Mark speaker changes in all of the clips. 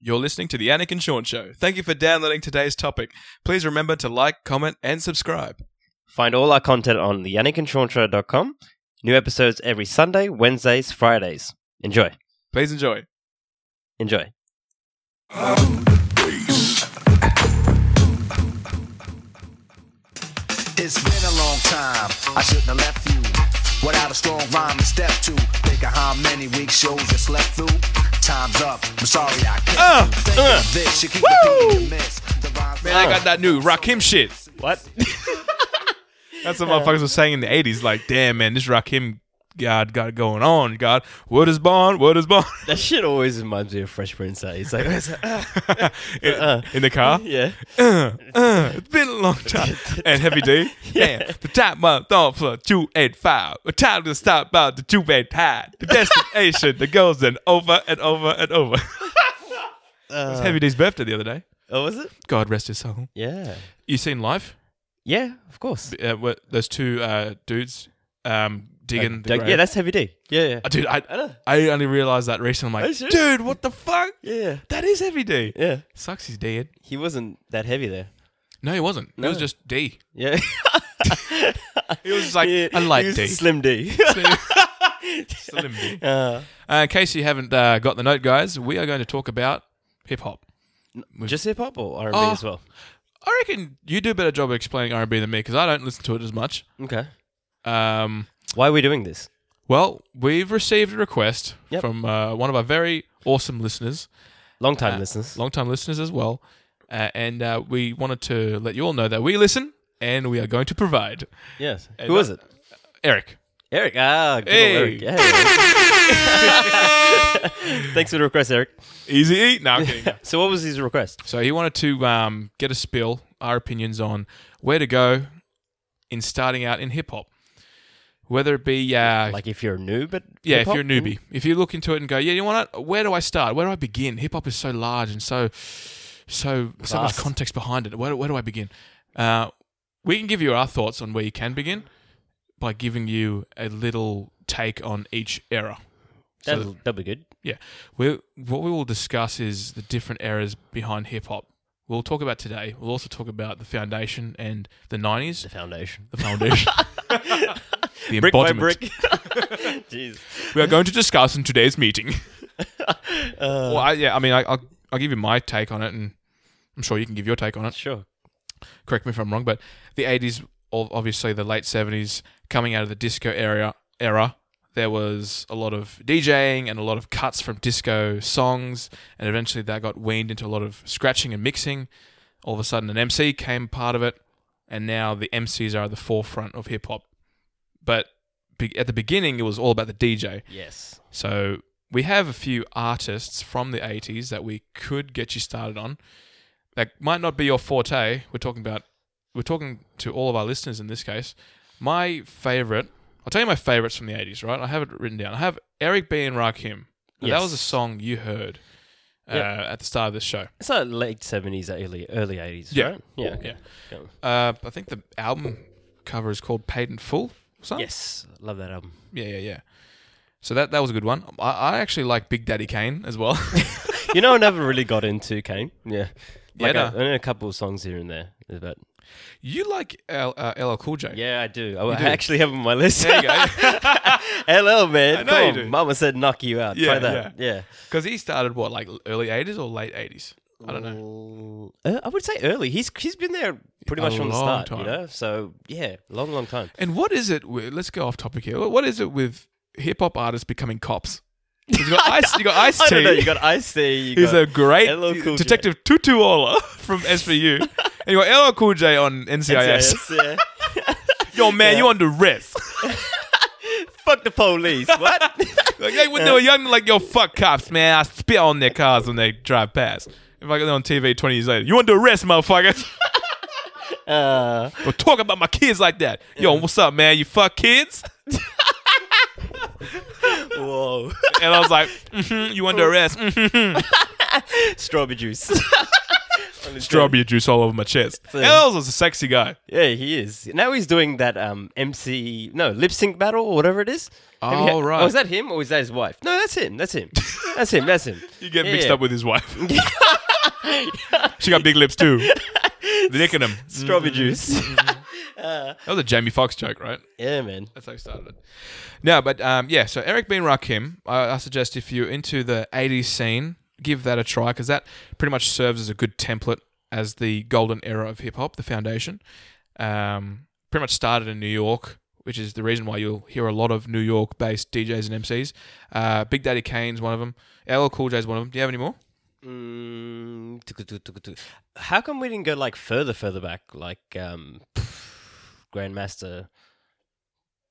Speaker 1: You're listening to The Anakin Sean Show. Thank you for downloading today's topic. Please remember to like, comment, and subscribe.
Speaker 2: Find all our content on theyannickandseanshow.com. New episodes every Sunday, Wednesdays, Fridays. Enjoy.
Speaker 1: Please enjoy.
Speaker 2: Enjoy.
Speaker 3: It's been a long time. I shouldn't have left you without a strong rhyme to step to. Think of how many weak shows you slept through. Time's up. I'm sorry I can't.
Speaker 1: Uh,
Speaker 3: Think
Speaker 1: uh.
Speaker 3: of this. You keep
Speaker 1: Woo!
Speaker 3: repeating the miss. The rhyme's
Speaker 1: Man, I got that new Rakim shit.
Speaker 2: What?
Speaker 1: That's what motherfuckers were saying in the 80s. Like, damn, man, this Rakim God got it going on. God, what is Bond? What is Bond?
Speaker 2: that shit always reminds me of Fresh Prince. Hey? It's like,
Speaker 1: in, in the car?
Speaker 2: yeah.
Speaker 1: uh, uh, it's been a long time. And Heavy D,
Speaker 2: Yeah.
Speaker 1: yeah. The time month on for 285. A time to stop about the 285. The destination that goes and over and over and over. it
Speaker 2: Uh.
Speaker 1: was Heavy D's birthday the other day.
Speaker 2: Oh, was it?
Speaker 1: God rest his soul.
Speaker 2: Yeah.
Speaker 1: You seen live?
Speaker 2: Yeah, of course.
Speaker 1: Uh, where those two uh, dudes um, digging the
Speaker 2: Doug-
Speaker 1: grave.
Speaker 2: yeah, that's Heavy D. Yeah, yeah.
Speaker 1: Uh, dude, I,
Speaker 2: I know.
Speaker 1: I only realized that recently. I'm
Speaker 2: Are you
Speaker 1: like,
Speaker 2: serious?
Speaker 1: dude, what the fuck?
Speaker 2: Yeah.
Speaker 1: That is Heavy D.
Speaker 2: Yeah.
Speaker 1: Sucks he's dead.
Speaker 2: He wasn't that heavy there.
Speaker 1: No, he wasn't. It was
Speaker 2: No.
Speaker 1: just D.
Speaker 2: Yeah.
Speaker 1: He was just like
Speaker 2: Yeah,
Speaker 1: a light
Speaker 2: he was
Speaker 1: D.
Speaker 2: Slim D.
Speaker 1: Slim D.
Speaker 2: Uh,
Speaker 1: Uh, in case you haven't uh, got the note, guys, we are going to talk about hip hop.
Speaker 2: just hip hop or R&B
Speaker 1: Oh.
Speaker 2: as well?
Speaker 1: I reckon you do a better job of explaining R and B than me because I don't listen to it as much.
Speaker 2: Okay.
Speaker 1: Um,
Speaker 2: Why are we doing this?
Speaker 1: well, we've received a request
Speaker 2: Yep.
Speaker 1: from uh, one of our very awesome listeners,
Speaker 2: Long
Speaker 1: Uh,
Speaker 2: time listeners.
Speaker 1: long-time listeners as well, uh, and uh, we wanted to let you all know that we listen and we are going to provide.
Speaker 2: yes.
Speaker 1: Hey,
Speaker 2: Who was
Speaker 1: that-
Speaker 2: it?
Speaker 1: Eric,
Speaker 2: Eric. Ah, good
Speaker 1: Hey.
Speaker 2: old Eric. Hey. Thanks for the request, Eric.
Speaker 1: easy eat. No, I'm kidding.
Speaker 2: So, what was his request?
Speaker 1: so he wanted to um, get a spill, our opinions on where to go in starting out in hip hop. Whether it be uh,
Speaker 2: Like, if you're new, but
Speaker 1: Yeah,
Speaker 2: hip-hop? Mm.
Speaker 1: if you're a newbie, if you look into it and go, yeah, you want it? Where do I start? Where do I begin? Hip hop is so large and so, so so much
Speaker 2: Vast.
Speaker 1: context behind it. Where, where do I begin? Uh, we can give you our thoughts on where you can begin by giving you a little take on each era.
Speaker 2: that'll, that'll be good.
Speaker 1: Yeah, we what we will discuss is the different eras behind hip hop. We'll talk about today. We'll also talk about the foundation and the '90s,
Speaker 2: The foundation,
Speaker 1: the foundation, the
Speaker 2: brick by
Speaker 1: embodiment.
Speaker 2: brick. Jeez.
Speaker 1: We are going to discuss in today's meeting. Well, I, yeah, I mean, I, I'll, I'll give you my take on it, and I'm sure you can give your take on it.
Speaker 2: Sure.
Speaker 1: Correct me if I'm wrong, but the 80s, ob- obviously the late 70s, coming out of the disco area era, there was a lot of DJing and a lot of cuts from disco songs, and eventually that got weaned into a lot of scratching and mixing. All of a sudden, an MC came part of it, and now the MCs are at the forefront of hip hop. But be- at the beginning, it was all about the DJ.
Speaker 2: Yes.
Speaker 1: So we have a few artists from the 80s that we could get you started on. That might not be your forte. We're talking about we're talking to all of our listeners in this case. My favorite, I'll tell you my favorites from the 80s, right? I have it written down. I have Eric B and Rakim. Now, That
Speaker 2: Yes.
Speaker 1: was a song you heard uh,
Speaker 2: Yep.
Speaker 1: at the start of this show.
Speaker 2: It's like late seventies, early early eighties,
Speaker 1: Yeah.
Speaker 2: right? Yeah. okay.
Speaker 1: Yeah.
Speaker 2: Go.
Speaker 1: Uh, I think the album cover is called Paid in Full. or something?
Speaker 2: Yes. Love that album.
Speaker 1: Yeah, yeah, yeah. So that, that was a good one. I, I actually like Big Daddy Kane as well.
Speaker 2: you know, I never really got into Kane. Yeah.
Speaker 1: Yeah,
Speaker 2: Like
Speaker 1: no.
Speaker 2: I, I know a couple of songs here and there, but
Speaker 1: you like L, uh, LL Cool J.
Speaker 2: yeah, I do. I, I
Speaker 1: do.
Speaker 2: actually have him on my list.
Speaker 1: There you go.
Speaker 2: Hello, man.
Speaker 1: I know
Speaker 2: Come
Speaker 1: you
Speaker 2: on.
Speaker 1: do.
Speaker 2: Mama said knock you out.
Speaker 1: Yeah,
Speaker 2: Try that. Yeah.
Speaker 1: Because he started what, like early eighties or late eighties? I don't know.
Speaker 2: know. Uh, I would say early. He's he's been there pretty
Speaker 1: A
Speaker 2: much from the
Speaker 1: long
Speaker 2: start,
Speaker 1: time.
Speaker 2: you know. So yeah, long, long time.
Speaker 1: And what is it? With, let's go off topic here. What is it with hip hop artists becoming cops? 'Cause You got Ice. You got Ice
Speaker 2: I don't know.
Speaker 1: T.
Speaker 2: You got Ice T. You
Speaker 1: He's
Speaker 2: got
Speaker 1: a great
Speaker 2: LL Cool J.
Speaker 1: detective Tutu Ola from SVU. and you got LL Cool J on NCIS.
Speaker 2: NCIS, yeah.
Speaker 1: Yo, man, you on the rest.
Speaker 2: Fuck the police. What?
Speaker 1: like they, when they were young, like yo, fuck cops, man. I spit on their cars when they drive past. If I get on TV twenty years later, you under arrest, motherfuckers.
Speaker 2: uh,
Speaker 1: Don't talk about my kids like that. Yo, what's up, man? You fuck kids?
Speaker 2: whoa.
Speaker 1: mm-hmm,
Speaker 2: Mm-hmm.
Speaker 1: And I was like, mhm, you under arrest. mhm.
Speaker 2: Strawberry juice.
Speaker 1: strawberry juice all over my chest.
Speaker 2: So-
Speaker 1: Ells was a sexy guy.
Speaker 2: Yeah, he is. Now he's doing that um, MC, no, lip sync battle or whatever it is. Have you-
Speaker 1: Oh, right.
Speaker 2: Oh, is that him or is that his wife? No, that's him. That's him. That's him. That's him.
Speaker 1: You get
Speaker 2: Yeah,
Speaker 1: mixed
Speaker 2: yeah.
Speaker 1: up with his wife. she got big lips too. Nicking him.
Speaker 2: strawberry juice.
Speaker 1: That was a Jamie Foxx joke, right?
Speaker 2: yeah, man.
Speaker 1: That's how he started it. No, but um, yeah, so Eric Bean Rakim, I, I suggest if you're into the 80s scene, give that a try because that pretty much serves as a good template as the golden era of hip hop, the foundation. Um, pretty much started in New York, which is the reason why you'll hear a lot of New York based DJs and MCs. Uh, Big Daddy Kane's one of them, LL Cool J's one of them. Do you have any more?
Speaker 2: Mm, tuku, tuku, tuku, tuku. How come we didn't go like further, further back, like um, Grandmaster,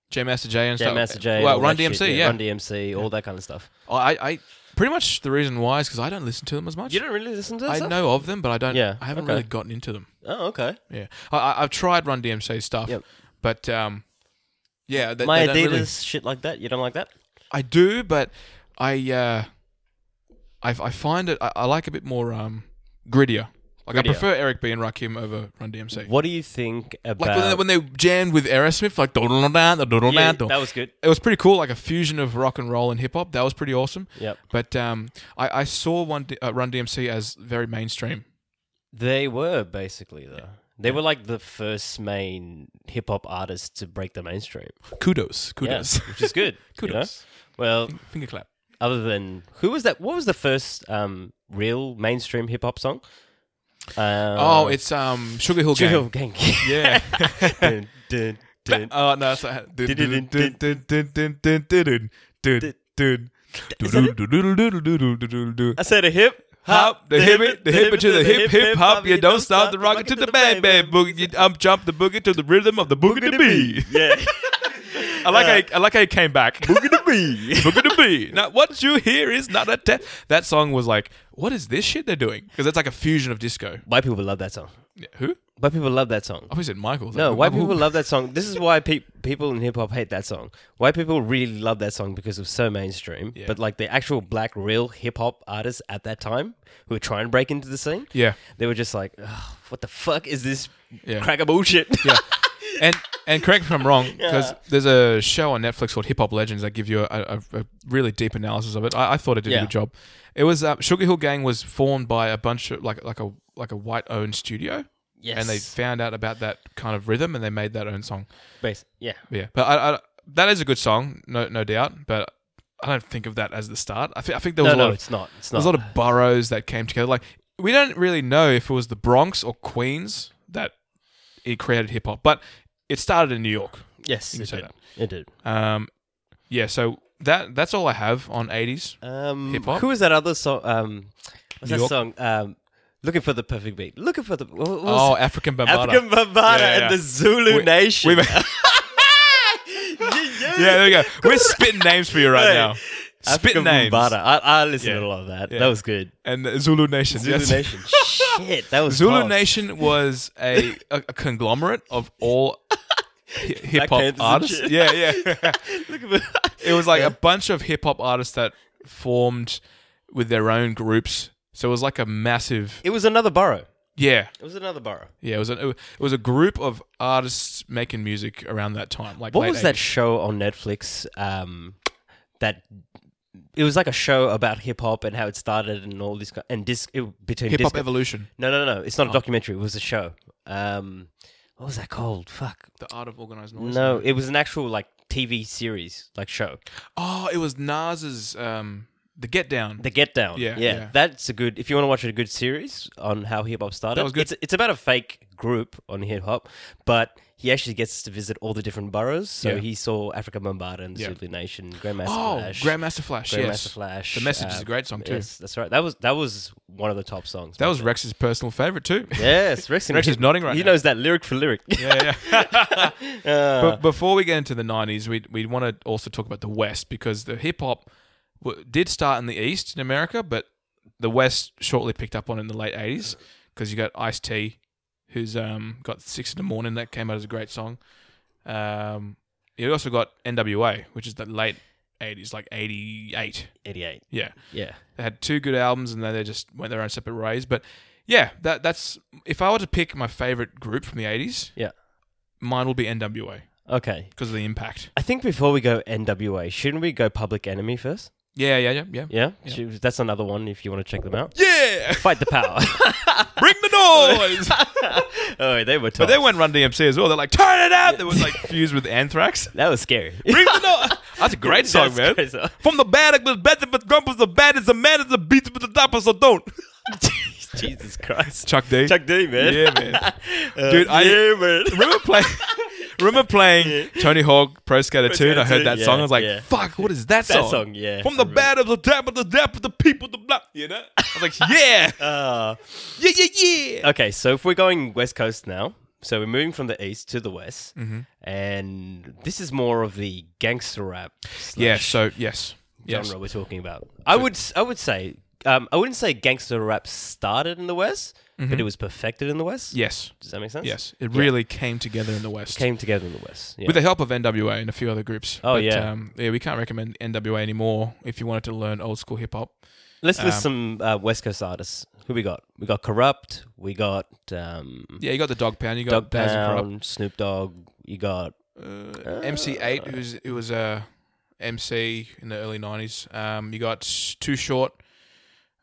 Speaker 1: J Master J and
Speaker 2: Jam
Speaker 1: stuff.
Speaker 2: Master J,
Speaker 1: Well,
Speaker 2: all
Speaker 1: Run
Speaker 2: that shit,
Speaker 1: DMC, yeah.
Speaker 2: Run DMC, all that kind of stuff.
Speaker 1: I, I pretty much the reason why is because I don't listen to them as much.
Speaker 2: You don't really listen to that
Speaker 1: I
Speaker 2: stuff?
Speaker 1: know of them, but I don't.
Speaker 2: Yeah,
Speaker 1: I haven't
Speaker 2: okay.
Speaker 1: really gotten into them.
Speaker 2: Oh, okay.
Speaker 1: Yeah, I, I, I've tried Run DMC stuff,
Speaker 2: Yep.
Speaker 1: but um, yeah, they,
Speaker 2: My
Speaker 1: they
Speaker 2: Adidas
Speaker 1: don't really-
Speaker 2: shit like that. You don't like that?
Speaker 1: I do, but I uh, I, I find it. I, I like a bit more um, grittier. Like I
Speaker 2: Grittier.
Speaker 1: prefer Eric B and Rakim over Run DMC.
Speaker 2: What do you think about?
Speaker 1: Like when they, when they jammed with Aerosmith, like
Speaker 2: yeah,
Speaker 1: da
Speaker 2: that was good.
Speaker 1: it was pretty cool, like a fusion of rock and roll and hip hop. That was pretty awesome.
Speaker 2: Yep.
Speaker 1: But um, I, I saw one D- uh, Run DMC as very mainstream.
Speaker 2: They were basically though. They were like the first main hip hop artists to break the mainstream.
Speaker 1: Kudos,
Speaker 2: Yeah,
Speaker 1: kudos,
Speaker 2: which is good. you know?
Speaker 1: kudos.
Speaker 2: Well,
Speaker 1: Finger clap.
Speaker 2: other than who was that? What was the first um, real mainstream hip hop song? Uh,
Speaker 1: oh, it's um Sugar Hill
Speaker 2: Sugar
Speaker 1: Gang.
Speaker 2: Hill Gang.
Speaker 1: Yeah.
Speaker 2: uh, Dun, dun, dun.
Speaker 1: Oh no, that's not
Speaker 2: I said a hip
Speaker 1: Hop the hip it, the hip it to the hip hip hop. You don't stop the rocket to the bad bad boogie. You um jump the boogie to the rhythm of the boogie to bee. Uh.
Speaker 2: Yeah.
Speaker 1: I like how, I like how he came back. Boogie
Speaker 2: to be.
Speaker 1: to bee. Now what you hear is not a te- that song was like what is this shit they're doing because it's like a fusion of disco.
Speaker 2: White people love that song.
Speaker 1: Yeah, Who?
Speaker 2: White people love that song.
Speaker 1: I always said Michael.
Speaker 2: No, white people love that song. This is why pe- people in hip hop hate that song. White people really love that song because it was so mainstream. But like the actual black real hip hop artists at that time who were trying to break into the scene,
Speaker 1: Yeah,
Speaker 2: they were just like, "Ugh, "What the fuck is this
Speaker 1: yeah.
Speaker 2: crack of bullshit?"
Speaker 1: yeah. And and correct me if I'm wrong, because
Speaker 2: Yeah.
Speaker 1: there's a show on Netflix called Hip Hop Legends that give you a, a, a really deep analysis of it. I, I thought it did
Speaker 2: Yeah.
Speaker 1: a good job. It was uh, Sugar Hill Gang was formed by a bunch of like like a like a white owned studio,
Speaker 2: yes.
Speaker 1: and they found out about that kind of rhythm and they made that own song.
Speaker 2: Bas- yeah.
Speaker 1: But yeah, but I, I, that is a good song, no no doubt. But I don't think of that as the start. I think I think there was
Speaker 2: No,
Speaker 1: a lot
Speaker 2: no,
Speaker 1: of
Speaker 2: it's not. It's
Speaker 1: there's
Speaker 2: not.
Speaker 1: a lot of boroughs that came together. Like we don't really know if it was the Bronx or Queens that it created hip hop, but it started in New York.
Speaker 2: yes,
Speaker 1: You can
Speaker 2: it
Speaker 1: say
Speaker 2: did. It did.
Speaker 1: Um, yeah, so that that's all I have on eighties.
Speaker 2: Um,
Speaker 1: Hip hop?
Speaker 2: Who was that other song? Um, what's
Speaker 1: New
Speaker 2: that
Speaker 1: York?
Speaker 2: song? Um, looking for the perfect beat. Looking for the what, what was
Speaker 1: Oh, African Bambata.
Speaker 2: African
Speaker 1: Yeah,
Speaker 2: Bambata
Speaker 1: yeah.
Speaker 2: and the Zulu
Speaker 1: We-
Speaker 2: Nation.
Speaker 1: we-
Speaker 2: yeah,
Speaker 1: yeah, there we go. We're spitting names for you right
Speaker 2: Hey.
Speaker 1: now. Spitting
Speaker 2: African
Speaker 1: names
Speaker 2: Bambata. I, I listened
Speaker 1: Yeah.
Speaker 2: to a lot of that.
Speaker 1: Yeah.
Speaker 2: That was good.
Speaker 1: and the Zulu Nation.
Speaker 2: Zulu
Speaker 1: yes.
Speaker 2: Nation. Oh. Shit, that was
Speaker 1: Zulu
Speaker 2: class.
Speaker 1: Nation was a, a, a conglomerate of all hip hop
Speaker 2: Panthers and
Speaker 1: artists.
Speaker 2: shit.
Speaker 1: Yeah, yeah.
Speaker 2: Look at that.
Speaker 1: it was like a bunch of hip hop artists that formed with their own groups. So it was like a massive,
Speaker 2: It was another borough.
Speaker 1: yeah,
Speaker 2: It was another borough.
Speaker 1: yeah. It was a, it was a group of artists making music around that time. Like
Speaker 2: What
Speaker 1: late
Speaker 2: was that
Speaker 1: 80s.
Speaker 2: show on Netflix? Um, that it was like a show about hip hop and how it started and all this ki- and disc it, between
Speaker 1: hip hop
Speaker 2: disco-
Speaker 1: evolution?
Speaker 2: No, no, no. It's not a documentary. It was a show. Um, what was that called? Fuck.
Speaker 1: The art of organized noise.
Speaker 2: No, it was an actual like TV series, like show.
Speaker 1: Oh, it was Nas's um, The Get Down.
Speaker 2: The Get Down.
Speaker 1: Yeah,
Speaker 2: yeah.
Speaker 1: yeah.
Speaker 2: That's a good. If you want to watch a good series on how hip hop started,
Speaker 1: That was good.
Speaker 2: It's, it's about a fake group on hip hop, but he actually gets to visit all the different boroughs. So
Speaker 1: Yeah.
Speaker 2: he saw Africa Bombata and the
Speaker 1: Yeah.
Speaker 2: Zulu Nation, Grandmaster
Speaker 1: oh,
Speaker 2: Flash,
Speaker 1: Grandmaster Flash.
Speaker 2: Grandmaster
Speaker 1: yes.
Speaker 2: Flash. uh,
Speaker 1: The Message is a great song, too.
Speaker 2: Yes, that's right. That was that was one of the top songs.
Speaker 1: That was Rex's personal favorite too.
Speaker 2: yes. Rex,
Speaker 1: Rex is nodding right
Speaker 2: He
Speaker 1: now.
Speaker 2: knows that lyric for lyric.
Speaker 1: yeah, yeah.
Speaker 2: Uh,
Speaker 1: but before we get into the '90s, we we want to also talk about the West because the hip hop w- did start in the East in America, but the West shortly picked up on it in the late '80s because you got Ice T, who's um got Six in the Morning that came out as a great song. Um, you also got N.W.A., which is the late '80s, like '88.
Speaker 2: Eighty-eight.
Speaker 1: Yeah,
Speaker 2: Yeah.
Speaker 1: they had two good albums and then they just went their own separate ways. But yeah, that that's if I were to pick my favorite group from the '80s,
Speaker 2: Yeah.
Speaker 1: mine will be NWA
Speaker 2: Okay.
Speaker 1: because of the impact.
Speaker 2: I think before we go NWA, shouldn't we go Public Enemy first?
Speaker 1: Yeah, yeah, yeah, yeah.
Speaker 2: Yeah. Should- That's another one if you want to check them out.
Speaker 1: Yeah,
Speaker 2: Fight the power.
Speaker 1: bring the noise.
Speaker 2: oh, they were
Speaker 1: but
Speaker 2: tough.
Speaker 1: they went Run DMC as well. They're like, turn it up. They was like fused with Anthrax.
Speaker 2: that was scary.
Speaker 1: Bring the noise. That's a great song,
Speaker 2: That's
Speaker 1: man.
Speaker 2: great song.
Speaker 1: From the bad, the bad, the grump is the bad, is the man, is the beat, but the top is the don't.
Speaker 2: Jesus Christ.
Speaker 1: Chuck D.
Speaker 2: Chuck D, man.
Speaker 1: Yeah, man.
Speaker 2: Uh,
Speaker 1: Dude, I-
Speaker 2: yeah, man.
Speaker 1: remember playing remember playing Tony Hawk Pro Skater 2 and I
Speaker 2: Skater
Speaker 1: heard
Speaker 2: 2,
Speaker 1: that
Speaker 2: yeah,
Speaker 1: song I was like
Speaker 2: yeah.
Speaker 1: fuck what is that
Speaker 2: That
Speaker 1: song
Speaker 2: song, yeah,
Speaker 1: from
Speaker 2: I
Speaker 1: the
Speaker 2: remember.
Speaker 1: bad of the dap of the dap of the people the blah you know I was like yeah
Speaker 2: Uh,
Speaker 1: yeah yeah yeah
Speaker 2: okay, so if we're going West Coast now, so we're moving from the east to the west,
Speaker 1: Mm-hmm.
Speaker 2: and this is more of the gangster rap.
Speaker 1: yeah
Speaker 2: slash
Speaker 1: so yes
Speaker 2: genre
Speaker 1: yes
Speaker 2: we're talking about. I would s- I would say um, I wouldn't say gangster rap started in the West, but it was perfected in the West.
Speaker 1: yes
Speaker 2: Does that make sense?
Speaker 1: Mm-hmm. yes it really came together in the West
Speaker 2: Came together in the West. Yeah.
Speaker 1: with the help of NWA and a few other groups
Speaker 2: Oh, yeah.
Speaker 1: um, yeah we can't recommend NWA anymore if you wanted to learn old school hip hop
Speaker 2: Let's
Speaker 1: um,
Speaker 2: list some uh, West Coast artists. Who we got? We got Corrupt. We got um,
Speaker 1: yeah you got the Dog Pound you
Speaker 2: Doug
Speaker 1: got Daz and Corrupt Uh,
Speaker 2: Pound, Snoop Dogg. You got uh,
Speaker 1: MC8, who was who was a MC in the early '90s. Um, you got Too Short.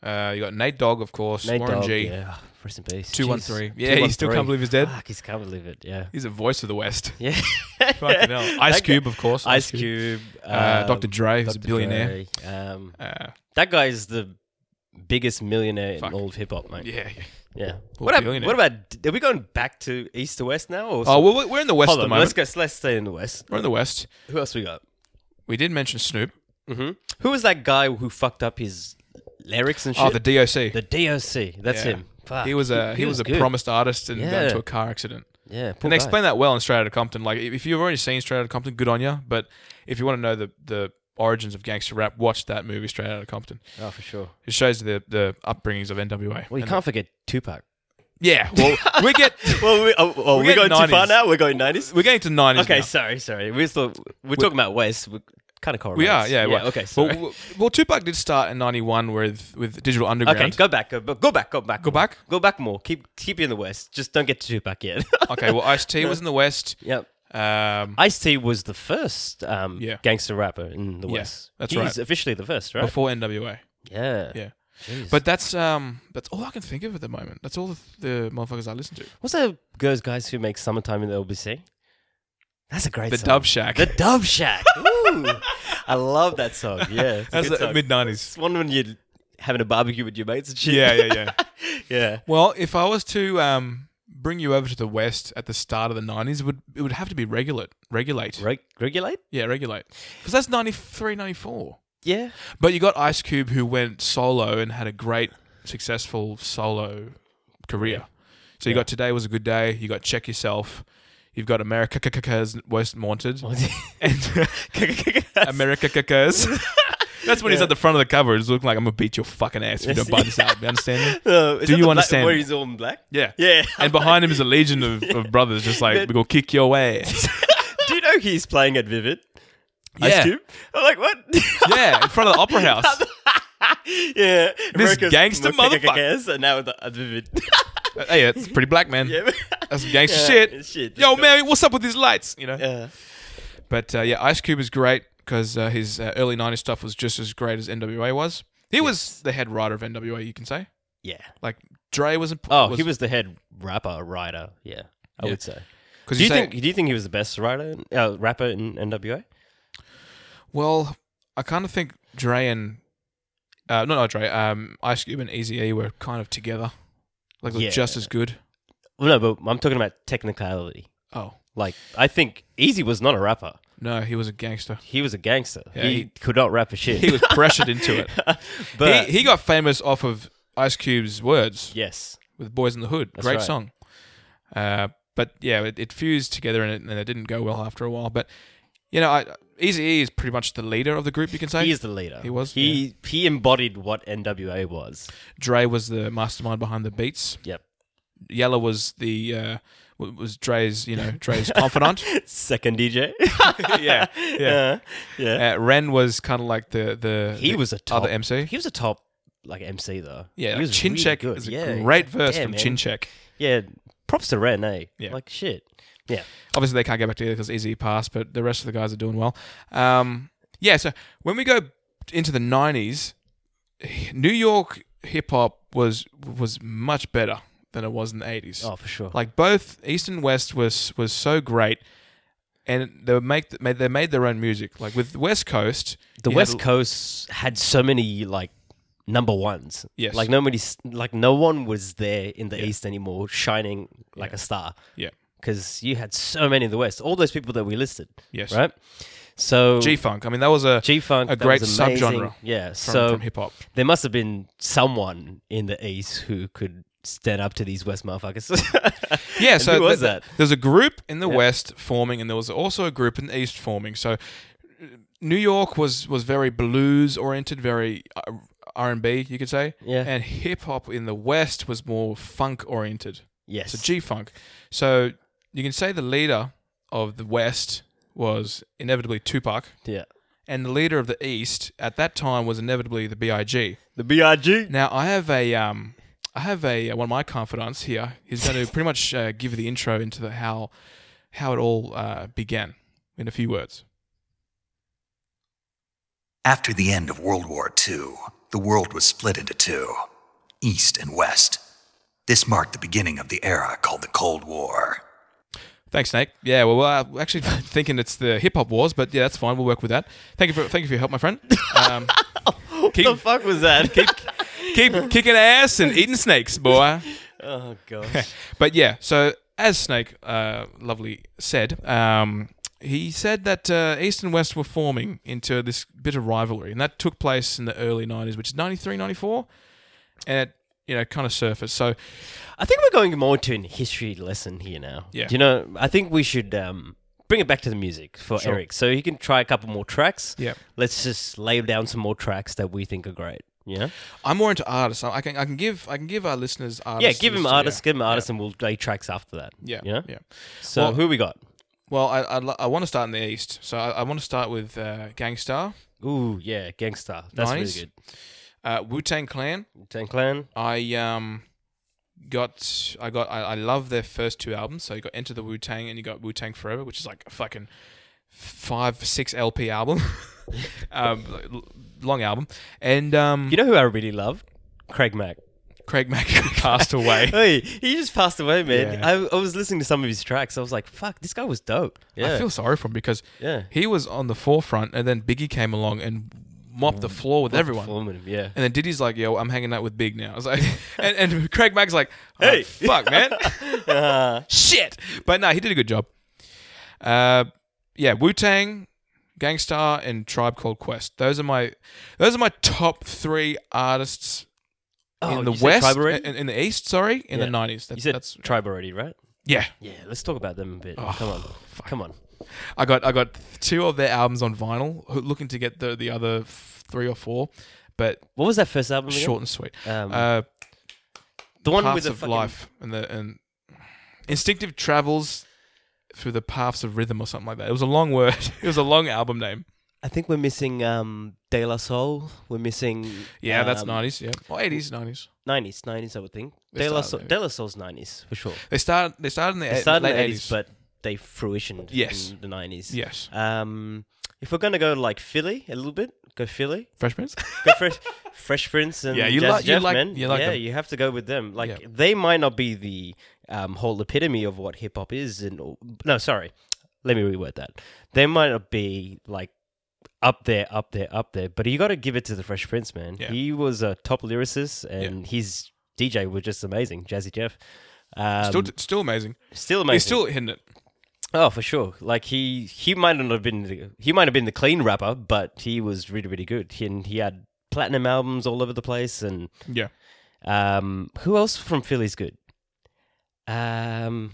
Speaker 1: Uh, you got Nate Dogg, of course.
Speaker 2: Nate
Speaker 1: Warren
Speaker 2: Dogg.
Speaker 1: G.
Speaker 2: Yeah, rest in peace.
Speaker 1: Two one
Speaker 2: Jeez.
Speaker 1: three. Yeah, he still can't
Speaker 2: 213.
Speaker 1: believe he's dead.
Speaker 2: Fuck, he's can't believe it. Yeah.
Speaker 1: He's a voice of the West.
Speaker 2: Yeah.
Speaker 1: Fucking hell. Ice
Speaker 2: That guy-
Speaker 1: Cube, of course.
Speaker 2: Ice Cube.
Speaker 1: Uh,
Speaker 2: um,
Speaker 1: Dr. Dre, who's a
Speaker 2: Dr.
Speaker 1: billionaire.
Speaker 2: Dre, Um,
Speaker 1: Uh,
Speaker 2: that guy is the biggest millionaire in
Speaker 1: Fuck.
Speaker 2: all of hip hop, mate. Yeah.
Speaker 1: yeah. Well,
Speaker 2: What, ab-
Speaker 1: billionaire.
Speaker 2: what about? Are we going back to east to west now? Or
Speaker 1: Oh well, we- we're in the West
Speaker 2: hold
Speaker 1: at the
Speaker 2: on.
Speaker 1: moment.
Speaker 2: Let's go. Let's stay in the west.
Speaker 1: We're in the West.
Speaker 2: Who else we got?
Speaker 1: We did mention Snoop.
Speaker 2: Mm-hmm. Who was that guy who fucked up his lyrics and shit?
Speaker 1: Oh, the DOC.
Speaker 2: The DOC. That's
Speaker 1: Yeah.
Speaker 2: him. Fuck.
Speaker 1: he was a he, was, a
Speaker 2: good.
Speaker 1: promised artist and got
Speaker 2: Yeah.
Speaker 1: into a car accident.
Speaker 2: Yeah. Poor
Speaker 1: And they explain that well in Straight Outta Compton. Like if you've already seen Straight Outta Compton, good on you. But if you want to know the the origins of gangster rap, watch that movie Straight Outta Compton.
Speaker 2: guy. Oh, for sure.
Speaker 1: It shows the the upbringings of NWA.
Speaker 2: Well, you
Speaker 1: And-
Speaker 2: can't forget Tupac.
Speaker 1: yeah, well, we get
Speaker 2: well, we, oh, oh,
Speaker 1: We're
Speaker 2: we're
Speaker 1: getting
Speaker 2: going too far
Speaker 1: 90s.
Speaker 2: now. We're going nineties.
Speaker 1: we're getting to nineties.
Speaker 2: Okay,
Speaker 1: now.
Speaker 2: sorry, sorry. We're still we're talking about West. We kind of correlates.
Speaker 1: we are. Yeah,
Speaker 2: yeah.
Speaker 1: well,
Speaker 2: Okay, sorry.
Speaker 1: Well, well, well, Tupac did start in '91 with with Digital Underground.
Speaker 2: okay, go back, go, go back, go back,
Speaker 1: Go
Speaker 2: more.
Speaker 1: back?
Speaker 2: go back more. Keep keep you in the West. Just don't get to Tupac yet.
Speaker 1: okay. Well, Ice T was in the West.
Speaker 2: yep.
Speaker 1: Um,
Speaker 2: Ice T was the first um,
Speaker 1: Yeah.
Speaker 2: gangster rapper in the
Speaker 1: Yeah,
Speaker 2: West.
Speaker 1: that's
Speaker 2: He's
Speaker 1: right.
Speaker 2: officially the first, right?
Speaker 1: before NWA.
Speaker 2: yeah.
Speaker 1: Yeah.
Speaker 2: Jeez.
Speaker 1: But that's um that's all I can think of at the moment. That's all the, the motherfuckers I listen to.
Speaker 2: what's that? Those guys who make "Summertime in the LBC." That's a great
Speaker 1: The
Speaker 2: song.
Speaker 1: Dub Shack.
Speaker 2: The Dub Shack. Ooh, I love that song. Yeah, it's a
Speaker 1: that's
Speaker 2: good
Speaker 1: the
Speaker 2: song.
Speaker 1: mid '90s.
Speaker 2: It's one when you're having a barbecue with your mates and shit.
Speaker 1: Yeah, yeah, yeah.
Speaker 2: yeah.
Speaker 1: Well, if I was to um, bring you over to the West at the start of the '90s, it would it would have to be regulate, regulate,
Speaker 2: Reg- regulate?
Speaker 1: yeah, regulate, because that's 93, 94.
Speaker 2: Yeah.
Speaker 1: But you got Ice Cube, who went solo and had a great, successful solo career. So you got Today Was a Good Day. You got Check Yourself. You've got America Caca's West Wanted and America Caca's. That's when he's at the front of the cover. He's looking like I'm gonna beat your fucking ass if you don't buy this album. You understand? me?
Speaker 2: Do
Speaker 1: you understand?
Speaker 2: Where he's all in black?
Speaker 1: Yeah.
Speaker 2: Yeah.
Speaker 1: And behind him is a legion of, of brothers, just like, we're going to kick your ass.
Speaker 2: Do you know he's playing at Vivid?
Speaker 1: Yeah.
Speaker 2: Ice Cube? I'm like, what?
Speaker 1: Yeah, in front of the Opera House.
Speaker 2: yeah.
Speaker 1: gangster
Speaker 2: motherfucker. And now the- at Vivid.
Speaker 1: Uh, hey, it's pretty black, man.
Speaker 2: yeah.
Speaker 1: That's some gangster
Speaker 2: Yeah,
Speaker 1: shit.
Speaker 2: shit.
Speaker 1: Yo, man, what's up with these lights? You know?
Speaker 2: Yeah.
Speaker 1: But uh, yeah, Ice Cube is great because uh, his uh, early 90s stuff was just as great as NWA was. He was the head writer of NWA, you can say.
Speaker 2: Yeah.
Speaker 1: Like, Dre was imp-
Speaker 2: Oh, he was the head rapper, writer. Yeah. I
Speaker 1: Yeah.
Speaker 2: would say.
Speaker 1: Because
Speaker 2: Do you think? Do you think he was the best writer, uh, rapper in NWA?
Speaker 1: Well, I kind of think Dre and uh, no, not Dre. Um, Ice Cube and Easy E were kind of together, like looked
Speaker 2: Yeah.
Speaker 1: just as good.
Speaker 2: Well, no, but I'm talking about technicality.
Speaker 1: Oh
Speaker 2: Like, I think Easy was not a rapper.
Speaker 1: no, he was a gangster.
Speaker 2: He was a gangster.
Speaker 1: Yeah,
Speaker 2: he,
Speaker 1: he-
Speaker 2: could not rap a shit.
Speaker 1: He was pressured into it.
Speaker 2: but
Speaker 1: he, he got famous off of Ice Cube's words
Speaker 2: yes,
Speaker 1: with "Boys in the Hood." Great
Speaker 2: right.
Speaker 1: song. Uh, but yeah, it, it fused together and it, and it didn't go well after a while. But you know, I, Easy E is pretty much the leader of the group. You can say
Speaker 2: he is the leader.
Speaker 1: He was,
Speaker 2: He he embodied what NWA was.
Speaker 1: Dre was the mastermind behind the beats.
Speaker 2: Yep.
Speaker 1: Yella was the uh, w- was Dre's you know Dre's confidant.
Speaker 2: Second DJ.
Speaker 1: yeah, yeah.
Speaker 2: yeah.
Speaker 1: Uh, Ren was kind of like the the
Speaker 2: He
Speaker 1: the
Speaker 2: was a top
Speaker 1: other MC.
Speaker 2: He was a top like MC though.
Speaker 1: Yeah,
Speaker 2: he
Speaker 1: like
Speaker 2: was
Speaker 1: Chinchek
Speaker 2: really good.
Speaker 1: is a
Speaker 2: yeah,
Speaker 1: great verse
Speaker 2: yeah,
Speaker 1: from
Speaker 2: man.
Speaker 1: Chinchek.
Speaker 2: Yeah, props to Ren, eh?
Speaker 1: Yeah.
Speaker 2: like shit. Yeah,
Speaker 1: Obviously, they can't get back together because Easy passed, but the rest of the guys are doing well. Um, yeah, so when we go into the '90s, New York hip hop was was much better than it was in the '80s.
Speaker 2: oh for sure.
Speaker 1: Like both East and West was was so great, and they would make made they made their own music. Like with West Coast,
Speaker 2: the
Speaker 1: you had
Speaker 2: West
Speaker 1: l-
Speaker 2: Coast had so many like number ones.
Speaker 1: Yes.
Speaker 2: like nobody, like no one was there in the East anymore, shining like a star.
Speaker 1: yeah,
Speaker 2: Because you had so many in the West, all those people that we listed,
Speaker 1: yes,
Speaker 2: right? So
Speaker 1: G Funk. I mean, that was a
Speaker 2: G Funk,
Speaker 1: a great subgenre.
Speaker 2: Yeah,
Speaker 1: from,
Speaker 2: so
Speaker 1: from hip hop.
Speaker 2: there must have been someone in the East who could stand up to these West motherfuckers.
Speaker 1: Yeah,
Speaker 2: And
Speaker 1: so
Speaker 2: who was
Speaker 1: th-
Speaker 2: that?
Speaker 1: th- There's a group in the West forming, and there was also a group in the East forming. So uh, New York was was very blues oriented, very uh, R and B, you could say.
Speaker 2: Yeah.
Speaker 1: And hip hop in the West was more funk oriented,
Speaker 2: Yes,
Speaker 1: so G funk. So you can say the leader of the West was inevitably Tupac,
Speaker 2: yeah,
Speaker 1: and the leader of the East at that time was inevitably the B.I.G.
Speaker 2: the Big.
Speaker 1: Now I have a um, I have a one of my confidants here. He's going to pretty much uh, give the intro into the how how it all uh, began in a few words.
Speaker 3: After the end of World War II, the world was split into two East and West. This marked the beginning of the era called the Cold War.
Speaker 1: Thanks, Snake. Yeah, well, uh, we're actually thinking it's the hip hop wars, but yeah, that's fine. We'll work with that. Thank you for thank you for your help, my friend. Um, keep,
Speaker 2: What the fuck was that?
Speaker 1: keep kicking ass and eating snakes, boy.
Speaker 2: oh gosh.
Speaker 1: But yeah, so as Snake uh, lovely said, um, he said that uh, East and West were forming into this bit of rivalry, and that took place in the early 90s, which is 93, 94, and it, you know, kind of surfaced. So
Speaker 2: I think we're going more to an history lesson here now.
Speaker 1: Yeah.
Speaker 2: Do you know, I think we should um, bring it back to the music for
Speaker 1: Sure.
Speaker 2: Eric. So he can try a couple more tracks.
Speaker 1: Yeah.
Speaker 2: Let's just lay down some more tracks that we think are great. Yeah.
Speaker 1: I'm more into artists. I I can I can give I can give our listeners
Speaker 2: Yeah.
Speaker 1: artists.
Speaker 2: Give him
Speaker 1: lists,
Speaker 2: artists, give him
Speaker 1: yeah.
Speaker 2: artists, and we'll play tracks after that.
Speaker 1: Yeah,
Speaker 2: You know?
Speaker 1: yeah.
Speaker 2: So
Speaker 1: Well-
Speaker 2: who we got?
Speaker 1: Well, I I, lo- I want to start in the east, so I, I want to start with uh, Gangstar,
Speaker 2: Ooh, yeah. Gangsta. That's
Speaker 1: Nice.
Speaker 2: really
Speaker 1: uh, Wu Tang Clan.
Speaker 2: good. Ten Clan.
Speaker 1: I um got I got I, I love their first two albums. So you got Enter the Wu Tang and you got Wu Tang Forever, which is like a fucking five six LP album, um, l- long album. And um,
Speaker 2: You know who I really love? Craig Mack.
Speaker 1: Craig Mack passed away.
Speaker 2: Hey, he just passed away, man.
Speaker 1: Yeah.
Speaker 2: I, I was listening to some of his tracks. I was like, "Fuck, this guy was dope." Yeah,
Speaker 1: I feel sorry for him because
Speaker 2: Yeah.
Speaker 1: he was on the forefront, and then Biggie came along and mopped the floor with everyone.
Speaker 2: Informative, Yeah,
Speaker 1: And then Diddy's like, "Yo, I'm hanging out with Big now." I was like, and, and Craig Mack's like, "Oh,
Speaker 2: Hey.
Speaker 1: fuck, man, shit." But no, he did a good job. Uh, yeah, Wu Tang, Gangstar, and Tribe Called Quest. Those are my, those are my top three artists
Speaker 2: Oh,
Speaker 1: in the
Speaker 2: you said
Speaker 1: West,
Speaker 2: Tribe already?
Speaker 1: in, in the East. Sorry, in
Speaker 2: Yeah.
Speaker 1: the nineties. That's,
Speaker 2: you said
Speaker 1: that's
Speaker 2: tribe already, right?
Speaker 1: yeah.
Speaker 2: Yeah, let's talk about them a bit. Come on, come on.
Speaker 1: I got I got two of their albums on vinyl. ho- Looking to get the the other f- three or four, but
Speaker 2: What was that first album? again?
Speaker 1: short and sweet.
Speaker 2: Um,
Speaker 1: uh,
Speaker 2: the one
Speaker 1: paths
Speaker 2: with the
Speaker 1: of
Speaker 2: fucking-
Speaker 1: life and the and instinctive travels through the paths of rhythm or something like that. It was a long word. It was a long album name.
Speaker 2: I think we're missing um, De La Soul. We're missing.
Speaker 1: Yeah, that's
Speaker 2: um,
Speaker 1: nineties. Yeah, well, eighties, nineties.
Speaker 2: Nineties, nineties. I would think
Speaker 1: They
Speaker 2: De La
Speaker 1: started
Speaker 2: Soul.
Speaker 1: there.
Speaker 2: De La Soul's nineties for sure.
Speaker 1: They started. They started in the
Speaker 2: They
Speaker 1: eight-
Speaker 2: started in
Speaker 1: late
Speaker 2: the eighties,
Speaker 1: eighties.
Speaker 2: but they fruitioned
Speaker 1: Yes.
Speaker 2: in the nineties.
Speaker 1: yes,
Speaker 2: Um, if we're gonna go like Philly a little bit, go Philly.
Speaker 1: Fresh Prince.
Speaker 2: go Fresh, Fresh Prince and
Speaker 1: Yeah, you
Speaker 2: Jazz
Speaker 1: like- you
Speaker 2: Jeff,
Speaker 1: like-
Speaker 2: man.
Speaker 1: you like
Speaker 2: yeah,
Speaker 1: them.
Speaker 2: you have to go with them. Like
Speaker 1: Yeah.
Speaker 2: they might not be the um, whole epitome of what hip hop is, and no, sorry, let me reword that. They might not be like up there, up there, up there, but you got to give it to the Fresh Prince, man.
Speaker 1: Yeah.
Speaker 2: He was a top lyricist, and his DJ was just amazing, Jazzy Jeff. Um,
Speaker 1: still,
Speaker 2: still,
Speaker 1: still amazing.
Speaker 2: amazing.
Speaker 1: He's still hitting it.
Speaker 2: Oh, for sure. Like he, he might not have been, the, he might have been the clean rapper, but he was really, really good. He, and he had platinum albums all over the place. And
Speaker 1: Yeah,
Speaker 2: um, who else from Philly's good? Um,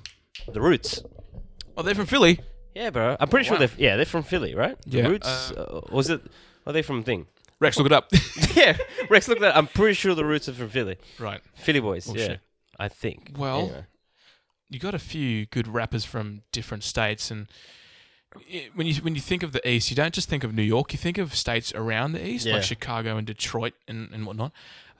Speaker 2: the Roots.
Speaker 1: oh, they're from Philly.
Speaker 2: Yeah, bro. I'm pretty
Speaker 1: Wow.
Speaker 2: sure they're yeah they're from Philly, right? The
Speaker 1: Yeah,
Speaker 2: Roots. Uh, or was it? Are they from Thing?
Speaker 1: Rex, look it up.
Speaker 2: yeah, Rex. Look at that. I'm pretty sure the Roots are from Philly.
Speaker 1: right,
Speaker 2: Philly boys. yeah,
Speaker 1: Oh, shit.
Speaker 2: I think.
Speaker 1: Well,
Speaker 2: Anyway.
Speaker 1: you got a few good rappers from different states, and i- when you when you think of the East, you don't just think of New York. You think of states around the East,
Speaker 2: Yeah.
Speaker 1: like Chicago and Detroit and, and whatnot.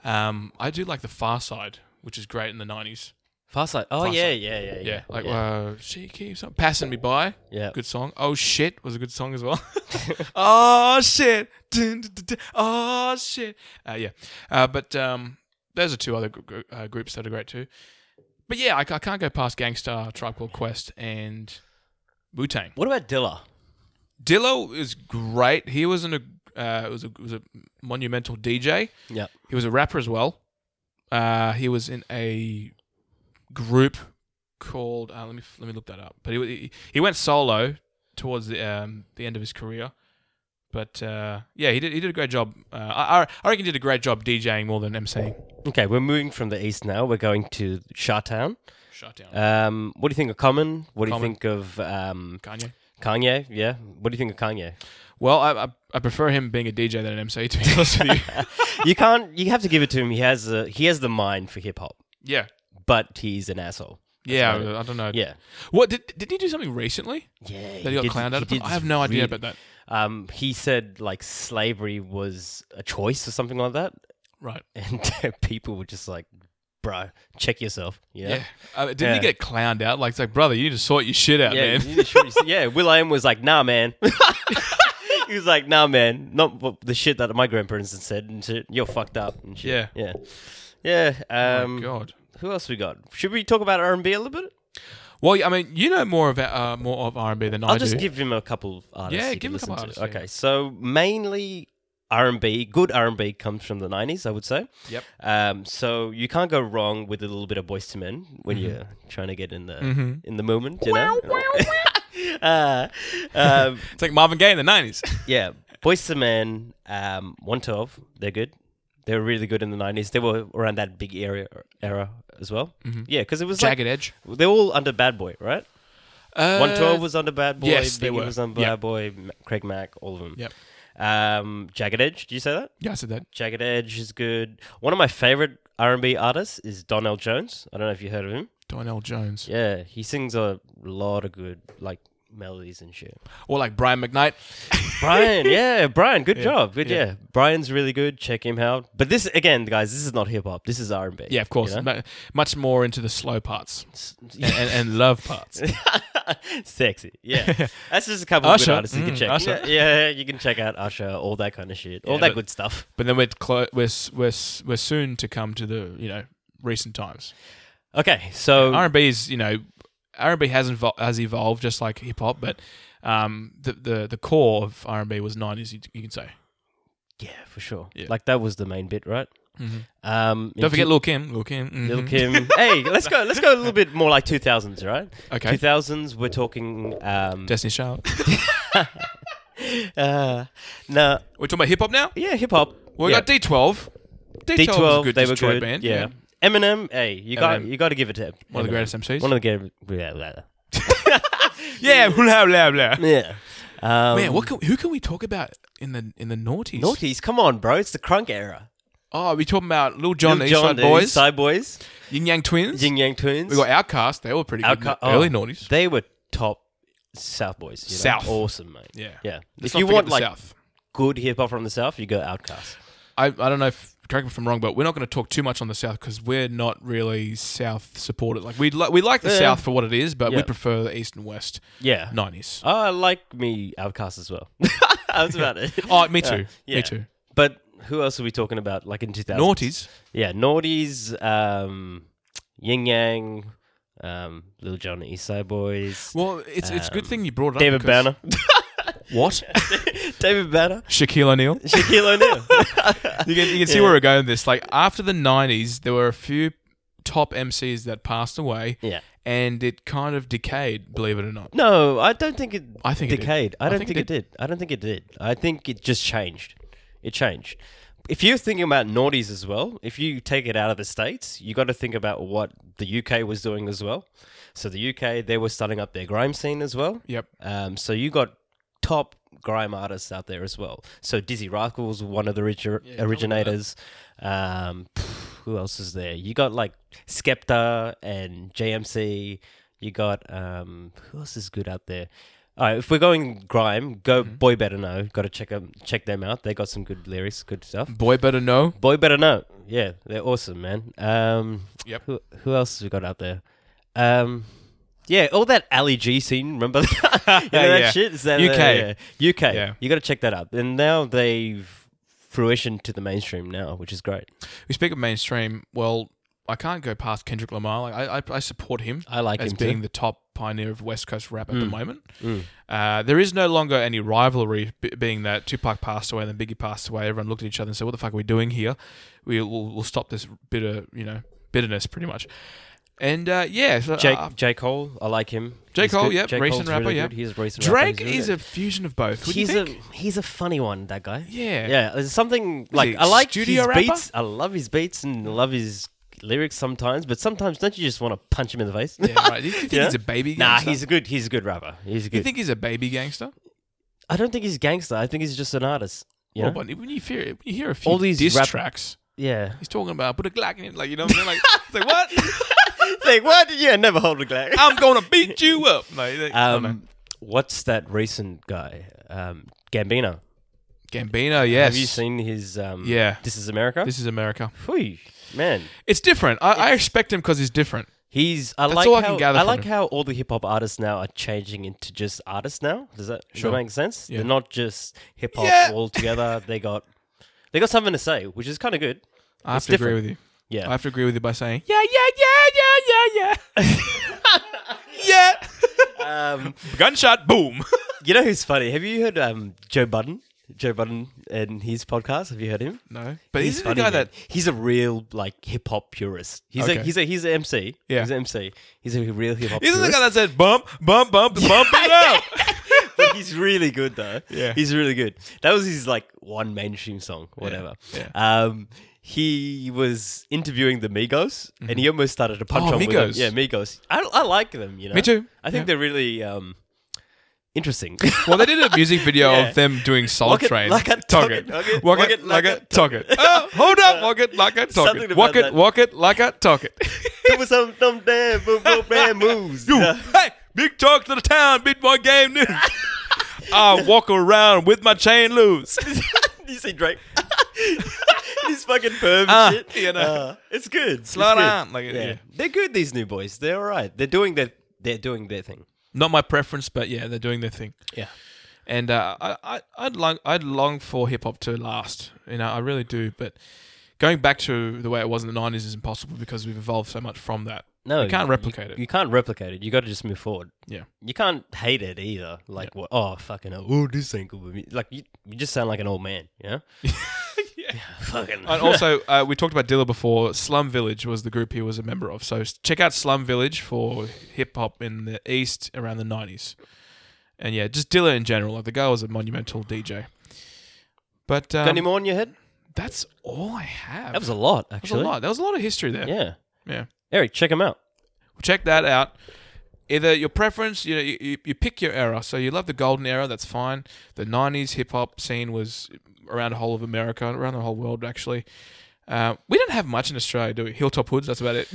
Speaker 1: Um, I do like the Far Side, which is great in the nineties.
Speaker 2: Fast Life. Oh
Speaker 1: Fast
Speaker 2: yeah,
Speaker 1: Life.
Speaker 2: yeah, yeah, yeah,
Speaker 1: Yeah, like
Speaker 2: yeah.
Speaker 1: Uh, she keeps on passing me by.
Speaker 2: Yeah.
Speaker 1: Good song. Oh shit was a good song as well. oh shit. Dun, dun, dun, dun. Oh shit. Uh, yeah. Uh, but um, those are two other gr- gr- uh, groups that are great too. But yeah, I, ca- I can't go past Gangstar, Tribe Called Quest, and Wu Tang.
Speaker 2: What about Dilla?
Speaker 1: Dillo is great. He was an uh, was a was a monumental DJ.
Speaker 2: Yep.
Speaker 1: He was a rapper as well. Uh, he was in a group called uh, let me let me look that up. But he he, he went solo towards the um, the end of his career. But uh, yeah, he did he did a great job. Uh, I I- I reckon he did a great job DJing more than MCing.
Speaker 2: Okay, we're moving from the east now. We're going to Sha Town.
Speaker 1: Shut down.
Speaker 2: Um, what do you think of Common? What do you
Speaker 1: Common.
Speaker 2: think of um,
Speaker 1: Kanye.
Speaker 2: Kanye? Yeah. What do you think of Kanye?
Speaker 1: Well, I, I I prefer him being a DJ than an MC to be honest with you.
Speaker 2: you can't. You have to give it to him. He has a, he has the mind for hip hop,
Speaker 1: Yeah,
Speaker 2: but he's an asshole.
Speaker 1: yeah.
Speaker 2: about
Speaker 1: I, I don't know.
Speaker 2: Yeah.
Speaker 1: What did did he do something recently?
Speaker 2: Yeah.
Speaker 1: that he got clowned out
Speaker 2: did
Speaker 1: upon? I have no idea
Speaker 2: really-
Speaker 1: about that.
Speaker 2: Um, he said like slavery was a choice or something like that,
Speaker 1: Right.
Speaker 2: and people were just like, "Bruh, check yourself." Yeah.
Speaker 1: Yeah.
Speaker 2: Yeah.
Speaker 1: Uh, didn't he
Speaker 2: Yeah.
Speaker 1: get clowned out? Like, it's like, brother, you need to sort your shit out,
Speaker 2: Yeah,
Speaker 1: man.
Speaker 2: you need to shoot your- yeah, Will.i.am was like, nah, man. he was like, nah, man. Not what the shit that my grandparents had said and shit. You're fucked up and shit. Yeah. Yeah. Yeah.
Speaker 1: oh, my
Speaker 2: Um,
Speaker 1: God.
Speaker 2: who else we got? Should we talk about R&B a little bit?
Speaker 1: Well, I mean, you know more of uh, more of R and B than
Speaker 2: I'll
Speaker 1: I
Speaker 2: just
Speaker 1: do.
Speaker 2: give him a couple of artists.
Speaker 1: Yeah,
Speaker 2: he
Speaker 1: give
Speaker 2: can
Speaker 1: him a couple
Speaker 2: listen to.
Speaker 1: artists, yeah.
Speaker 2: Okay, so mainly R&B, good R&B comes from the 90s, I would say.
Speaker 1: Yep.
Speaker 2: Um, so you can't go wrong with a little bit of Boyz II Men when
Speaker 1: Mm-hmm.
Speaker 2: you're trying to get in the
Speaker 1: Mhm.
Speaker 2: in the moment, you know. uh, um,
Speaker 1: It's like Marvin Gaye in the nineties.
Speaker 2: yeah, Boyz II Men, um, 112, they're good. They were really good in the 90s. They were around that big era era as well. Yeah, because it was like
Speaker 1: Mm-hmm. Jagged Edge.
Speaker 2: they were all under Bad Boy, right?
Speaker 1: Uh,
Speaker 2: 112 was under Bad Boy.
Speaker 1: yes, they
Speaker 2: Biggie
Speaker 1: were.
Speaker 2: was under
Speaker 1: Yep.
Speaker 2: Bad Boy. M- Craig Mack, all of them.
Speaker 1: Yep.
Speaker 2: Um, Jagged Edge. Do you say that?
Speaker 1: Yeah, I said that.
Speaker 2: Jagged Edge is good. One of my favorite R&B artists is Donnell Jones. I don't know if you heard of him.
Speaker 1: Donnell Jones.
Speaker 2: Yeah, he sings a lot of good like melodies and shit.
Speaker 1: Or like Brian McKnight.
Speaker 2: Brian, yeah, Brian, good job. Good,
Speaker 1: yeah.
Speaker 2: yeah. Brian's really good. Check him out. But this again, guys, this is not hip hop. This is R&B.
Speaker 1: Yeah, of course.
Speaker 2: you know?
Speaker 1: Mu- Much more into the slow parts and, and, and love parts.
Speaker 2: Sexy, yeah. That's just a couple of good
Speaker 1: Usher,
Speaker 2: artists you can
Speaker 1: mm,
Speaker 2: check.
Speaker 1: Usher.
Speaker 2: Yeah, yeah, you can check out Usher, all that kind of shit, all
Speaker 1: Yeah,
Speaker 2: that
Speaker 1: but-
Speaker 2: good stuff.
Speaker 1: But then we're clo- we're s- we're s- we're soon to come to the you know recent times.
Speaker 2: Okay, so
Speaker 1: R and B is you know R and B has evol- has evolved just like hip hop, but um, the, the the core of R and B was nineties. You, you can say.
Speaker 2: yeah, for sure.
Speaker 1: Yeah. Mm-hmm.
Speaker 2: Like that was the main bit, right? Um,
Speaker 1: Don't forget
Speaker 2: Lil,
Speaker 1: Lil Kim. Lil Kim. mhm.
Speaker 2: Lil Kim. hey, let's go. Let's go a little bit more like two thousands, right?
Speaker 1: Okay.
Speaker 2: Two thousands. We're talking. Um,
Speaker 1: Destiny Child.
Speaker 2: uh, no,
Speaker 1: We're talking about hip hop now.
Speaker 2: yeah, hip hop.
Speaker 1: Well, we
Speaker 2: yeah.
Speaker 1: got D twelve. D
Speaker 2: D
Speaker 1: twelve.
Speaker 2: twelve.
Speaker 1: Good
Speaker 2: They were
Speaker 1: Detroit
Speaker 2: good.
Speaker 1: band.
Speaker 2: yeah. Eminem. Hey, you got
Speaker 1: Eminem.
Speaker 2: you got to give it to
Speaker 1: One of the
Speaker 2: Eminem.
Speaker 1: greatest MCs.
Speaker 2: One of the greatest. Yeah, blah, blah.
Speaker 1: yeah. Blah blah blah.
Speaker 2: yeah. Um,
Speaker 1: Man, what can, who can we talk about in the in the noughties?
Speaker 2: naughties? Come on, bro. It's the crunk era.
Speaker 1: Oh, we talking about Lil Jon,
Speaker 2: Lil
Speaker 1: East
Speaker 2: Jon,
Speaker 1: Side
Speaker 2: the
Speaker 1: Boys,
Speaker 2: Side Boys,
Speaker 1: Yin Yang Twins.
Speaker 2: Jing Yang Twins.
Speaker 1: we got Outcast. They were pretty good.
Speaker 2: Outca-
Speaker 1: in the early
Speaker 2: oh,
Speaker 1: noughties.
Speaker 2: They were top South Boys. You know?
Speaker 1: South.
Speaker 2: Awesome, mate.
Speaker 1: Yeah.
Speaker 2: Yeah.
Speaker 1: Let's
Speaker 2: if
Speaker 1: not
Speaker 2: you
Speaker 1: forget
Speaker 2: want
Speaker 1: the
Speaker 2: like
Speaker 1: South.
Speaker 2: good hip hop from the South, you go Outcast.
Speaker 1: I, I don't know if correct me if I'm wrong, but we're not going to talk too much on the South because we're not really South supported. Like we li- we like the
Speaker 2: Yeah.
Speaker 1: South for what it is, but we
Speaker 2: Yeah.
Speaker 1: prefer the East and West
Speaker 2: Yeah.
Speaker 1: nineties.
Speaker 2: Oh, I like me Outcast as well. I was about it.
Speaker 1: Oh, me too.
Speaker 2: yeah.
Speaker 1: Me too.
Speaker 2: But who else are we talking about? Like in 2000?
Speaker 1: Naughties.
Speaker 2: Yeah, Naughties, um, Yin Yang, um, Little John Eastside Boys,
Speaker 1: Well, it's it's a good
Speaker 2: Um,
Speaker 1: thing you brought it up.
Speaker 2: David
Speaker 1: because-
Speaker 2: Banner,
Speaker 1: What?
Speaker 2: David Banner,
Speaker 1: Shaquille O'Neal.
Speaker 2: Shaquille O'Neal.
Speaker 1: You can you can see
Speaker 2: Yeah.
Speaker 1: where we're going with this. Like after the nineties, there were a few top MCs that passed away,
Speaker 2: yeah.
Speaker 1: and it kind of decayed. Believe it or not.
Speaker 2: No, I don't think it.
Speaker 1: I think it did.
Speaker 2: decayed. I don't
Speaker 1: think
Speaker 2: think,
Speaker 1: it
Speaker 2: it, did. I don't think it did. I think it just changed. It changed. If you're thinking about naughties as well, if you take it out of the states, you got to think about what the UK was doing as well. So the UK, they were starting up their grime scene as well.
Speaker 1: Yep.
Speaker 2: Um, so you got top grime artists out there as well. So Dizzy Rascal was one of the origi- originators. Um, pff, who else is there? You got like Skepta and JMC. You got um, who else is good out there? All right, if we're going grime, go Boy Better Know. Got to check them, check them out. They got some good lyrics, good stuff.
Speaker 1: Boy better know.
Speaker 2: Boy Better Know. yeah, they're awesome, man. Um,
Speaker 1: Yep.
Speaker 2: Who who else have we got out there? Um, yeah, all that Ali G scene. Remember that, You know that
Speaker 1: Yeah.
Speaker 2: shit? Is that, uh,
Speaker 1: UK.
Speaker 2: yeah. UK.
Speaker 1: Yeah.
Speaker 2: You got to check that out. And now they've fruition to the mainstream now, which is great.
Speaker 1: We speak of mainstream. Well, I can't go past Kendrick Lamar. Like I, I, I support him
Speaker 2: I like
Speaker 1: as
Speaker 2: him
Speaker 1: being
Speaker 2: too.
Speaker 1: the top pioneer of West Coast rap at the moment.
Speaker 2: Mm.
Speaker 1: Uh, there is no longer any rivalry, b- being that Tupac passed away and then Biggie passed away. Everyone looked at each other and said, "What the fuck are we doing here? We will we'll stop this bitter, you know, bitterness, pretty much." And uh, yeah, so,
Speaker 2: Jake
Speaker 1: uh,
Speaker 2: J Cole, I like him.
Speaker 1: J.
Speaker 2: He's
Speaker 1: Cole,
Speaker 2: good.
Speaker 1: yep,
Speaker 2: J.
Speaker 1: recent
Speaker 2: Cole's
Speaker 1: rapper,
Speaker 2: really
Speaker 1: yep.
Speaker 2: good. He's a recent rapper.
Speaker 1: Drake
Speaker 2: He's really
Speaker 1: is a fusion of both. Would you
Speaker 2: he's a
Speaker 1: think?
Speaker 2: he's a funny one. That guy.
Speaker 1: yeah,
Speaker 2: Yeah, there's something like
Speaker 1: he,
Speaker 2: I like
Speaker 1: studio
Speaker 2: his
Speaker 1: rapper?
Speaker 2: beats. I love his beats and I love his lyrics sometimes, but sometimes don't you just want to punch him in the face?
Speaker 1: Yeah, right. Do you think
Speaker 2: Yeah?
Speaker 1: he's a baby?
Speaker 2: nah,
Speaker 1: gangster?
Speaker 2: he's a good. He's a good rapper. He's a
Speaker 1: You
Speaker 2: good.
Speaker 1: think he's a baby gangster?
Speaker 2: I don't think he's a gangster. I think he's just an artist. You
Speaker 1: Well,
Speaker 2: know?
Speaker 1: but when you hear when you hear a few
Speaker 2: All these
Speaker 1: diss
Speaker 2: rap-
Speaker 1: tracks,
Speaker 2: yeah.
Speaker 1: he's talking about put a Glock in it, like you know what I'm saying? Like, it's like what?
Speaker 2: like what? Yeah, never hold a glass.
Speaker 1: I'm gonna beat you up. Like, like, I don't know.
Speaker 2: Oh, Um, what's that recent guy? Um, Gambino.
Speaker 1: Gambino, yes.
Speaker 2: Have you seen his? Um,
Speaker 1: Yeah.
Speaker 2: This is America.
Speaker 1: This is America.
Speaker 2: Whew, man.
Speaker 1: It's different. I, I respect him because he's different.
Speaker 2: He's. I
Speaker 1: That's
Speaker 2: like
Speaker 1: all I
Speaker 2: how.
Speaker 1: can gather from
Speaker 2: like
Speaker 1: him.
Speaker 2: how all the hip hop artists now are changing into just artists now. Does that, does that
Speaker 1: Sure.
Speaker 2: make sense?
Speaker 1: Yeah.
Speaker 2: They're not just hip hop
Speaker 1: Yeah.
Speaker 2: all together. They got. They got something to say, which is kind of good.
Speaker 1: I have
Speaker 2: It's
Speaker 1: to agree
Speaker 2: different.
Speaker 1: with you.
Speaker 2: Yeah.
Speaker 1: I have to agree with you by saying yeah, yeah, yeah, yeah, yeah, yeah, yeah.
Speaker 2: um,
Speaker 1: Gunshot, boom.
Speaker 2: you know who's funny? Have you heard um, Joe Budden? Joe Budden and his podcast. Have you heard him?
Speaker 1: no, but he's, the
Speaker 2: funny,
Speaker 1: guy
Speaker 2: man.
Speaker 1: that
Speaker 2: he's a real like hip hop purist. He's a
Speaker 1: Okay.
Speaker 2: he's a he's an MC.
Speaker 1: Yeah.
Speaker 2: he's an MC. He's a real hip hop.
Speaker 1: he's the
Speaker 2: purist.
Speaker 1: guy that said bump, bump, bump, bump it up.
Speaker 2: but he's really good though.
Speaker 1: Yeah.
Speaker 2: he's really good. That was his like one mainstream song, whatever.
Speaker 1: yeah.
Speaker 2: Um, he was interviewing the Migos, and he almost started a punch
Speaker 1: Oh,
Speaker 2: on with them.
Speaker 1: Migos.
Speaker 2: Yeah, Migos. I, I like them. You know,
Speaker 1: Me too.
Speaker 2: I think
Speaker 1: Yeah.
Speaker 2: they're really um interesting.
Speaker 1: Well, they did a music video
Speaker 2: Yeah.
Speaker 1: of them doing Soul
Speaker 2: Walk it
Speaker 1: Train.
Speaker 2: like a
Speaker 1: Tug
Speaker 2: tugget,
Speaker 1: it.
Speaker 2: tug it,
Speaker 1: Walk
Speaker 2: walk
Speaker 1: it
Speaker 2: it
Speaker 1: like
Speaker 2: like
Speaker 1: a
Speaker 2: a
Speaker 1: tug it. Oh, hold up. Walk it like a tug
Speaker 2: Something
Speaker 1: it.
Speaker 2: about
Speaker 1: Walk it,
Speaker 2: that.
Speaker 1: walk it like a tug it.
Speaker 2: Give us some dumb damn boom boom bam moves.
Speaker 1: You,
Speaker 2: Yeah.
Speaker 1: hey, big talk to the town, big boy game news. I walk around with my chain loose.
Speaker 2: you see Drake? He's fucking perv
Speaker 1: Ah,
Speaker 2: shit.
Speaker 1: you know.
Speaker 2: Ah, it's good.
Speaker 1: Slow
Speaker 2: it's good.
Speaker 1: down, like, yeah.
Speaker 2: they're good. These new boys. They're all right. They're doing their they're doing their thing.
Speaker 1: Not my preference, but yeah, they're doing their thing.
Speaker 2: Yeah.
Speaker 1: And uh, I, I, I'd long, I'd long for hip hop to last. You know, I really do. But going back to the way it was in the '90s is impossible because we've evolved so much from that.
Speaker 2: No,
Speaker 1: You can't replicate it.
Speaker 2: You can't replicate it. You got to just move forward.
Speaker 1: Yeah.
Speaker 2: You can't hate it either. Like, what? Oh, fucking. hell. Oh, this ain't good with me. Like, you, you just sound like an old man. You know? yeah. Fucking.
Speaker 1: And also, uh, we talked about Dilla before. Slum Village was the group he was a member of. So s- check out Slum Village for hip hop in the East around the 90s. And yeah, just Dilla in general. Like the guy was a monumental DJ. But
Speaker 2: Got any
Speaker 1: um,
Speaker 2: more in your head?
Speaker 1: that's all I have.
Speaker 2: That was a lot.
Speaker 1: That was
Speaker 2: Actually.
Speaker 1: a lot. That was a lot of history there.
Speaker 2: Yeah.
Speaker 1: Yeah.
Speaker 2: Eric, check him out.
Speaker 1: check that out. Either your preference, you know, you, you, you pick your era. So you love the golden era, that's fine. The '90s hip hop scene was around the whole of America, around the whole world actually. Uh, we don't have much in Australia, do we? Hilltop hoods, that's about it,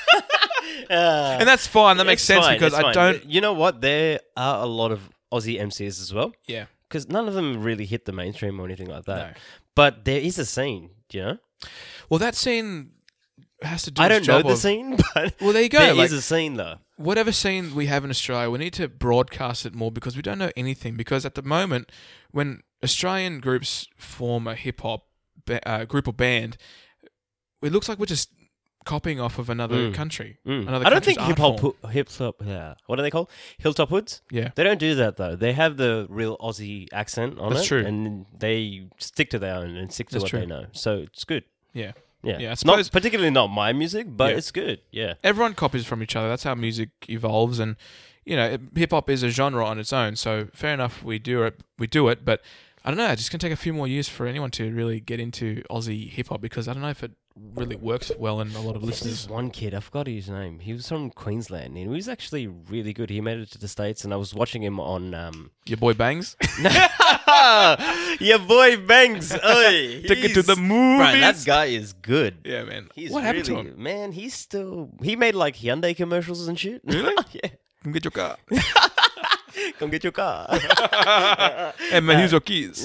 Speaker 2: Uh,
Speaker 1: and that's fine. That makes
Speaker 2: It's
Speaker 1: sense
Speaker 2: fine,
Speaker 1: because
Speaker 2: it's
Speaker 1: I
Speaker 2: fine.
Speaker 1: don't.
Speaker 2: You know what? There are a lot of Aussie MCs as well
Speaker 1: Yeah,
Speaker 2: because none of them really hit the mainstream or anything like that.
Speaker 1: No.
Speaker 2: But there is a scene, you know.
Speaker 1: well, that scene has to do.
Speaker 2: I
Speaker 1: its
Speaker 2: don't know
Speaker 1: job
Speaker 2: the
Speaker 1: of-
Speaker 2: scene, but
Speaker 1: Well, there you go.
Speaker 2: there is
Speaker 1: like-
Speaker 2: a scene though.
Speaker 1: whatever scene we have in Australia, we need to broadcast it more because we don't know anything. Because at the moment, when Australian groups form a hip hop ba- uh, group or band, it looks like we're just copying off of another
Speaker 2: Mm.
Speaker 1: country.
Speaker 2: Mm.
Speaker 1: Another
Speaker 2: I don't
Speaker 1: country's
Speaker 2: think
Speaker 1: art
Speaker 2: hip hop,
Speaker 1: form.
Speaker 2: ho- hip hop. Yeah. What are they called? Hilltop hoods.
Speaker 1: Yeah,
Speaker 2: They don't do that though. They have the real Aussie accent on
Speaker 1: That's
Speaker 2: it,
Speaker 1: true.
Speaker 2: and they stick to their own and stick to
Speaker 1: That's
Speaker 2: what they
Speaker 1: true.
Speaker 2: know. So it's good.
Speaker 1: yeah.
Speaker 2: Yeah,
Speaker 1: Yeah, I
Speaker 2: It's
Speaker 1: suppose-
Speaker 2: not particularly not my music, but
Speaker 1: Yeah.
Speaker 2: it's good. Yeah,
Speaker 1: Everyone copies from each other. That's how music evolves, and you know, hip hop is a genre on its own. So fair enough, we do it. We do it, but. I don't know. It's just gonna take a few more years for anyone to really get into Aussie hip hop because I don't know if it really works well in a lot of listeners.
Speaker 2: There's one kid, I forgot his name. He was from Queensland and he was actually really good. He made it to the States and I was watching him on um
Speaker 1: Your boy Bangs.
Speaker 2: Your boy Bangs. Oi,
Speaker 1: Took it to
Speaker 2: he's-
Speaker 1: the movies.
Speaker 2: Bruh, that guy is good.
Speaker 1: yeah, man.
Speaker 2: He's
Speaker 1: what happened to
Speaker 2: really-
Speaker 1: him?
Speaker 2: Man, he's still he made like Hyundai commercials and shit. Really? yeah.
Speaker 1: Come get your car.
Speaker 2: Come get your car.
Speaker 1: hey, man, here's your keys.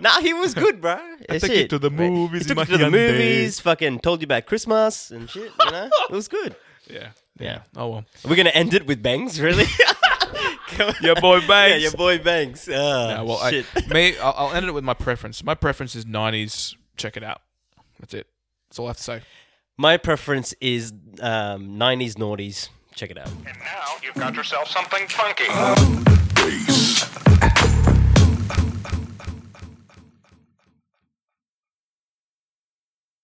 Speaker 2: nah, he was good, bro. I
Speaker 1: took you to the movies,
Speaker 2: He took you to the
Speaker 1: Imagine
Speaker 2: movies. Fucking told you about Christmas and shit. You know, it was good.
Speaker 1: Yeah.
Speaker 2: Yeah.
Speaker 1: Oh well.
Speaker 2: We're gonna end it with bangs, really. Come on.
Speaker 1: Your boy
Speaker 2: Yeah,
Speaker 1: Banks.
Speaker 2: your boy bangs. Ah,
Speaker 1: Yeah, well,
Speaker 2: shit.
Speaker 1: I, me, I'll, I'll end it with my preference. My preference is '90s. Check it out. That's it. That's all I have to say.
Speaker 2: My preference is um, 90s naughties. Check it out.
Speaker 4: And now you've got yourself something funky.
Speaker 3: Peace.